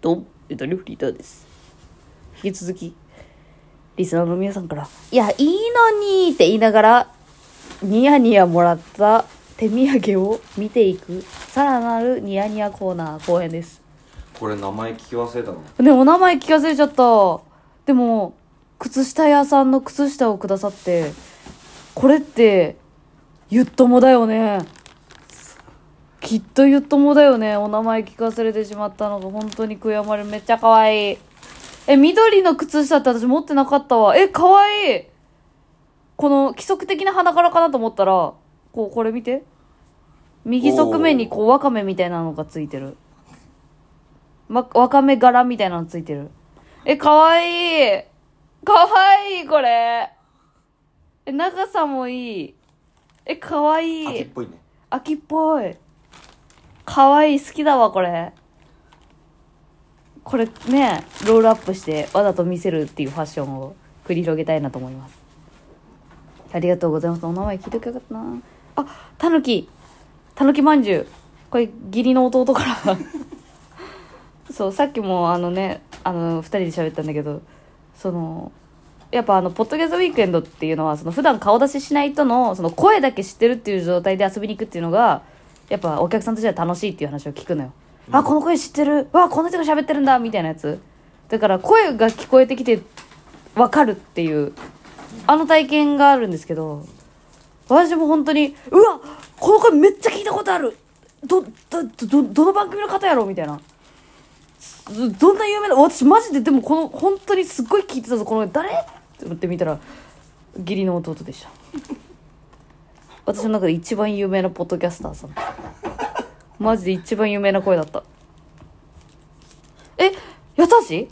どうも、ゆとりフリーターです。引き続き、リスナーの皆さんから、いや、いいのにって言いながら、ニヤニヤもらった手土産を見ていく、さらなるニヤニヤコーナー公演です。これ名前聞き忘れたのね、お名前聞かせれちゃった。でも、靴下屋さんの靴下をくださって、これって、ゆっともだよね。きっとゆっともだよね。お名前聞かせれてしまったのが本当に悔やまれる。めっちゃ可愛い。え、緑の靴下って私持ってなかったわ。え、可愛い。この規則的な花柄かなと思ったら、こう、これ見て。右側面にこう、わかめみたいなのがついてる。わ、わかめ柄みたいなのついてる。え、かわいいかわいいこれえ、長さもいい。え、かわい秋っいぽいね秋っぽい。かわいい好きだわ、これ。これね、ロールアップしてわざと見せるっていうファッションを繰り広げたいなと思います。ありがとうございます。お名前聞いてきゃよかったな。あ、たぬき。たぬきまんじゅう。これ、義理の弟から。 そう、さっきもあのね、あの、二人で喋ったんだけど、その、やっぱあの、ポッドキャストウィークエンドっていうのは、その普段顔出ししない人の、その声だけ知ってるっていう状態で遊びに行くっていうのが、やっぱお客さんとしては楽しいっていう話を聞くのよ。あ、この声知ってる。わ、この人が喋ってるんだみたいなやつ。だから声が聞こえてきて、わかるっていう、あの体験があるんですけど、私も本当に、うわこの声めっちゃ聞いたことあるど、ど、ど、どの番組の方やろみたいな。どどんな有名な私マジででもこの本当にすっごい聞いてたぞこの誰って思って見たら義理の弟でした私の中で一番有名なポッドキャスターさんマジで一番有名な声だったえ優しい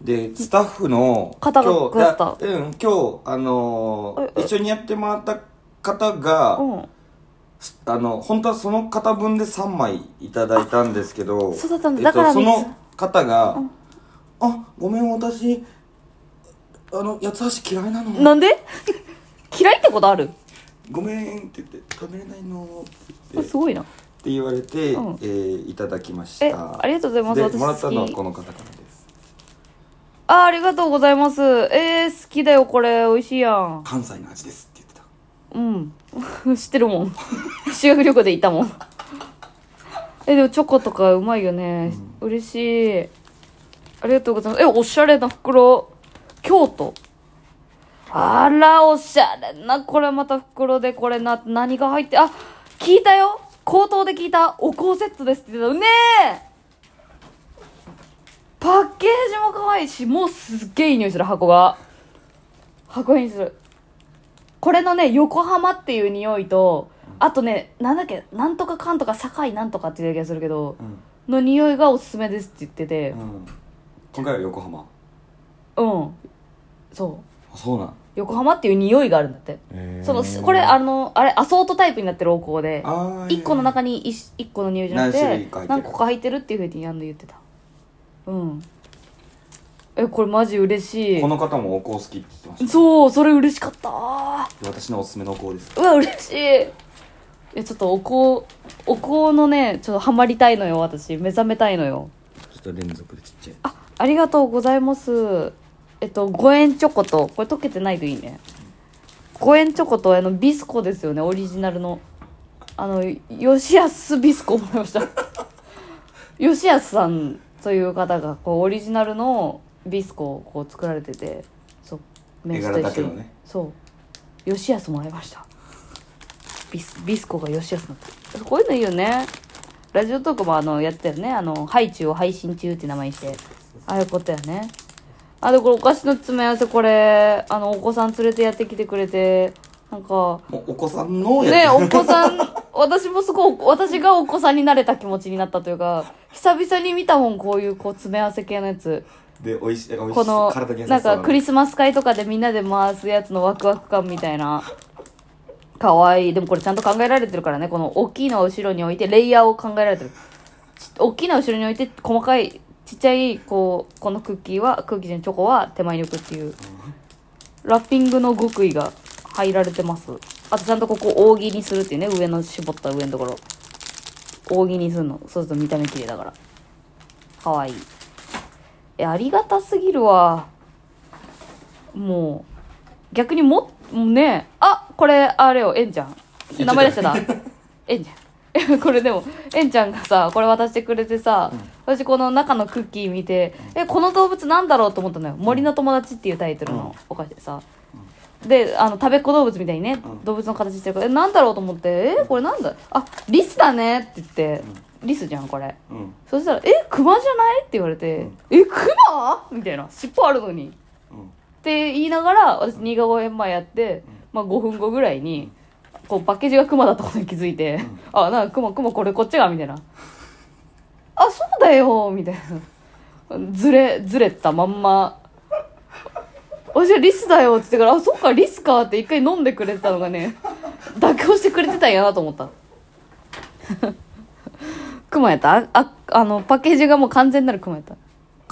でスタッフの方がくださっ今日いやうん今日あのーええ一緒にやってもらった方が、うんすあの本当はその方分で3枚いただいたんですけどそうだったんだえだからそみの方が「あごめん私あの八つ橋嫌いなのなんで嫌いってことあるごめん」って言って「食べれないの」って言あってすごいなって言われて、うんえーいただきましたえありがとうございますで私もらったのは好きこの方からですあありがとうございますえー、好きだよこれ美味しいやん関西の味ですって言ってたうん。 知ってるもん。修学旅行で行ったもん。え、でもチョコとかうまいよね。嬉しい。ありがとうございます。え、おしゃれな袋。京都。あら、おしゃれな。これまた袋で、これな、何が入って、あ、聞いたよ。口頭で聞いた。お香セットですって言ってた。ねえパッケージも可愛いし、もうすっげえいい匂いする、箱が。箱にする。これのね横浜っていう匂いとあとねなんだっけなんとかかんとか堺なんとかっていう気がするけどうんの匂いがおすすめですって言っててうん今回は横浜うん、そうあそうなん横浜っていう匂いがあるんだってそのこれあのあれアソートタイプになってるお香であ1個の中にに 1, 個の匂いじゃなく何種類てか入ってる何個か入ってるっていうふうにあの言ってたうんえこれマジ嬉しいこの方もお香好きって言ってましたそうそれ嬉しかった私のおすすめのお香ですうわ嬉しいいやちょっとお香お香のねちょっとハマりたいのよ私目覚めたいのよちょっと連続でちっちゃいあありがとうございますえっと5円チョコとこれ溶けてないといいね5円チョコとあのビスコですよねオリジナルのあの吉安ビスコ思いました 吉安さんという方がこうオリジナルのビスコをこう作られててそう絵柄だけのねそう吉安もらいましたビスビスコが吉安になってるこういうのいいよねラジオトークもあのやってたよねあのハイチュウを配信中って名前にしてああいうことやねあでこれお菓子の詰め合わせこれあのお子さん連れてやってきてくれてなんかもうお子さんのやつねお子さん 私もすごい私がお子さんになれた気持ちになったというか久々に見たもんこういうこう詰め合わせ系のやつで美味しいなんか美味しいこの体に優しなんかクリススマス会とかでみんなで回すやつのワクワク感みたいなかわいいでもこれちゃんと考えられてるからねこの大きいのを後ろに置いてレイヤーを考えられてるち大きいのを後ろに置いて細かいちっちゃいこうこのクッキーはクッキーじゃないチョコは手前に置くっていうラッピングの極意が入られてますあとちゃんとここ扇にするっていうね上の絞った上のところ扇にするのそうすると見た目綺麗だからかわいいえありがたすぎるわもう逆にももうねあこれあれよえんちゃん名前出しちゃった えんちゃん これでもえんちゃんがさこれ渡してくれてさ、私この中のクッキー見て、えこの動物なんだろうと思ったのよ「森の友達」っていうタイトルのお菓子でさ、であの食べっ子動物みたいにね、うん動物の形してるから「えなんだろう?」と思って「えこれなんだあリスだね」って言って「リスじゃんこれ」うんそしたら「えクマじゃない?」って言われて「えクマ?」みたいな尻尾あるのにうんって言いながら私似顔絵前やって、まあ、5分後ぐらいにこうパッケージがクマだったことに気づいて「あなんかクマクマこれこっちが」みたいな「あそうだよ」みたいなずれずれたまんま「私はリスだよ」っつってから「あそっかリスか」って一回飲んでくれてたのがね妥協してくれてたんやなと思った クマやったあああのパッケージがもう完全なるクマやった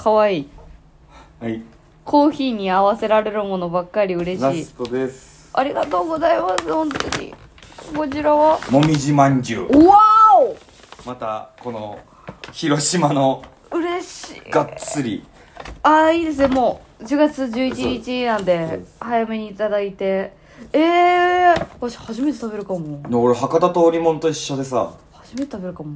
かわいいはいコーヒーに合わせられるものばっかり嬉ラしいストですありがとうございます本当にこちらはもみじまんじゅううわまたこの広島のお嬉しいがっつりああいいですねもう10月11日なんそうでです早めにいただいてええー、私初めて食べるかも俺博多と織物と一緒でさ初めて食べるかも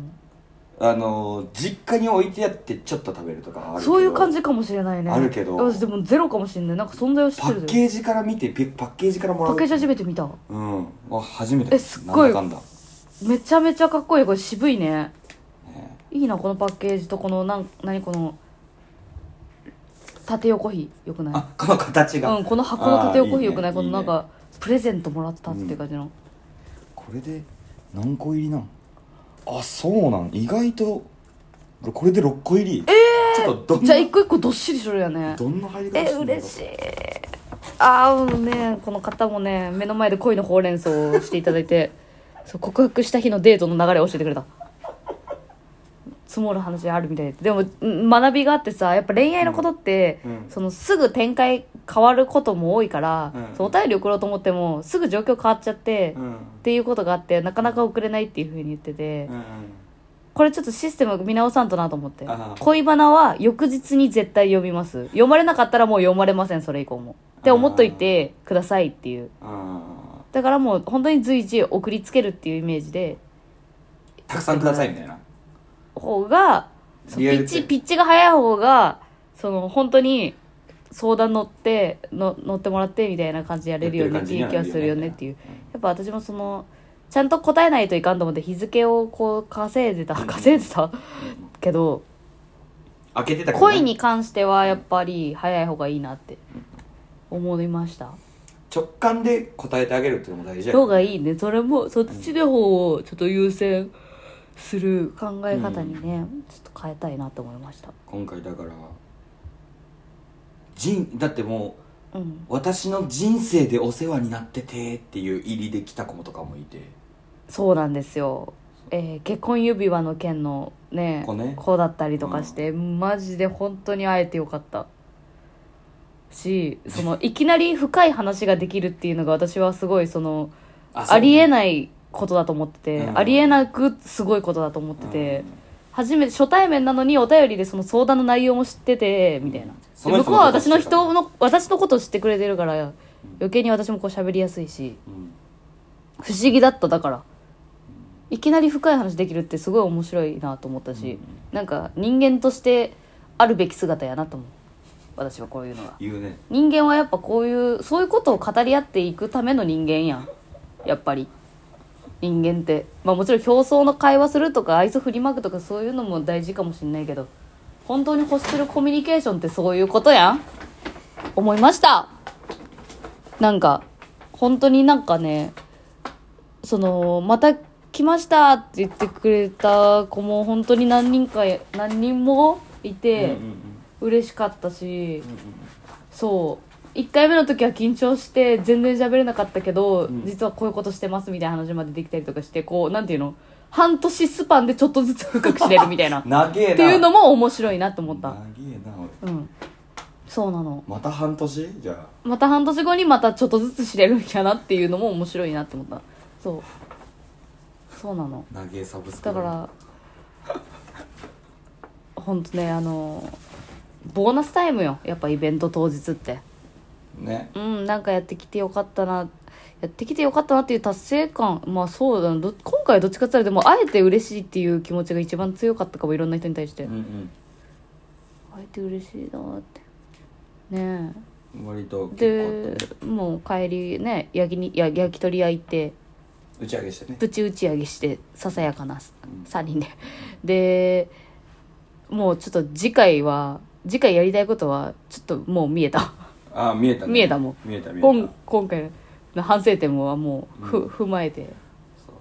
あの実家に置いてやってちょっと食べるとかあるけどそういう感じかもしれないねあるけど私でもゼロかもしれないなんか存在を知っパてるッケージから見てピパッケージからもらパうッケージ初めて見たうんあ初めてえすっごいなんだかんだめちゃめちゃかっこいいこれ渋いねねいいなこのパッケージとこのなん何この縦横比よくないあこの形が、うん、この箱の縦横比よくないあーこのなんいいかプレゼントもらったっていう感じの、ねこれで何個入りなんあそうなん意外と俺これで6個入りええちょっとどんじゃあな一個一個どっしりするよねどんな入り方えしてんだろう嬉しいああもうねこの方もね目の前で恋のほうれん草をしていただいてそう告白した日のデートの流れを教えてくれた積もる話あるみたいででもん学びがあってさやっぱ恋愛のことって、うんうんそのすぐ展開変わることも多いから、うんそのお便り送ろうと思ってもすぐ状況変わっちゃって、うっんていうことがあってなかなか送れないっていうふうに言ってて、うんこれちょっとシステム見直さんとなと思ってああ恋バナは翌日に絶対読みます読まれなかったらもう読まれませんそれ以降もって思っといてくださいっていうあだからもう本当に随時送りつけるっていうイメージでーたくさんくださいみたいな方がそうピリアルッタイチムピッチが早い方がその本当に相談乗っての乗ってもらってみたいな感じでやれるよねやっってているう気感じにははなるよねするよねっていうやっぱ私もそのちゃんと答えないといかんと思って日付をこう稼いでた稼いでたけど開けてたけどね恋に関してはやっぱり早い方がいいなって思いました直感で答えてあげるっていうのも大事や方がいいねそれもそっちの方をちょっと優先する考え方にね、ちょっと変えたいなと思いました今回だから人だってもうんう私の人生でお世話になっててっていう入りで来た子もとかもいてそうなんですよ、えー結婚指輪の件のね子ねだったりとかして、マジで本当に会えてよかったしそのいきなり深い話ができるっていうのが私はすごいそのあありえいないことだと思ってて、うんありえなくすごいことだと思ってて、初めて初対面なのにお便りでその相談の内容も知っててみたいな、その人の向こうは私のことを知人ってたの私のことを知ってくれてるから余計に私もこう喋りやすいしうん不思議だっただからいきなり深い話できるってすごい面白いなと思ったし、なんか人間としてあるべき姿やなと思う私はこういうのが言うね人間はやっぱこういうそういうことを語り合っていくための人間やんやっぱり人間ってまあもちろん表層の会話するとか愛想振りまくとかそういうのも大事かもしんないけど本当に欲してるコミュニケーションってそういうことやん思いましたなんか本当になんかねそのまた来ましたって言ってくれた子も本当に何人か何人もいうんうてん嬉しかったし、うんそう1回目の時は緊張して全然喋れなかったけど、ん実はこういうことしてますみたいな話までできたりとかしてこうなんていうの半年スパンでちょっとずつ深く知れるみたい なっうん長えなていうのも面白いなと思った長えな俺うんそうなのまた半年じゃあまた半年後にまたちょっとずつ知れるんやなっていうのも面白いなって思ったそうそうなの長えサブスクだから本当ねあのボーナスタイムよやっぱイベント当日ってねうんなんかやってきてよかったなやってきてよかったなっていう達成感まあそうだなど今回はどっちかって言ったらでもあえて嬉しいっていう気持ちが一番強かったかもいろんな人に対して、うんあえて嬉しいなってねうん割とえで結構あっもう帰りね焼きにや焼き鳥屋行ってた打ち上げしてねプチ打ち上げしてささやかなうん3人ででもうちょっと次回は次回やりたいことはちょっともう見えたあ見えたね見えたもん見えた見えた今今回の反省点はもうふ、うん踏まえてそう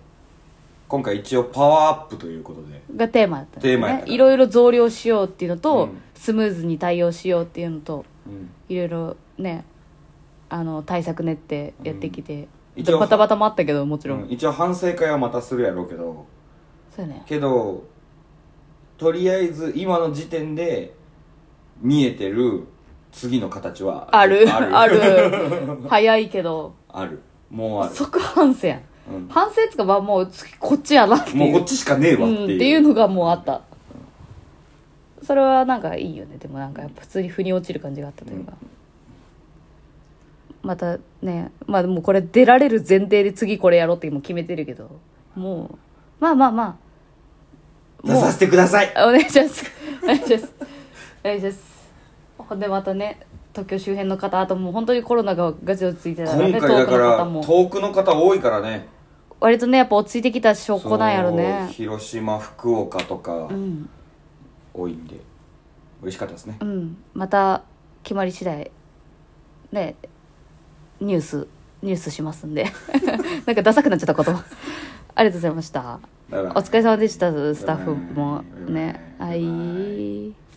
今回一応パワーアップということでがテーマだったんテーマやったからいろいろ増量しようっていうのと、うんスムーズに対応しようっていうのとうんいろいろねあの対策練ってやってきて、うんバタバタバタもあったけどもちろん、うん一応反省会はまたするやろうけどそうやねけどとりあえず今の時点で見えてる次の形はあるあるある早いけど あるもうある即反省やんうん反省っつうかまあもう次こっちやなっていうもうこっちしかねえわうってん、いう,、っていうのがもうあったそれはなんかいいよねでもなんかやっぱ普通に腑に落ちる感じがあったというか、またねまあでもこれ出られる前提で次これやろうってもう決めてるけどもうまあまあまあ出させてくださいお願いしますお願いしますお願いしますほんでまたね東京周辺の方あともう本当にコロナがガチ落ち着いてた今らね回だ遠かくのら方も遠くの方多いからね割とねやっぱ落ち着いてきた証拠なんやろそうね広島福岡とかうん多いんで、美味しかったですねうん、また決まり次第ねニュースニュースしますんで なんかダサくなっちゃったことありがとうございましただからお疲れ様でしたスタッフバイバもイねバはイバイい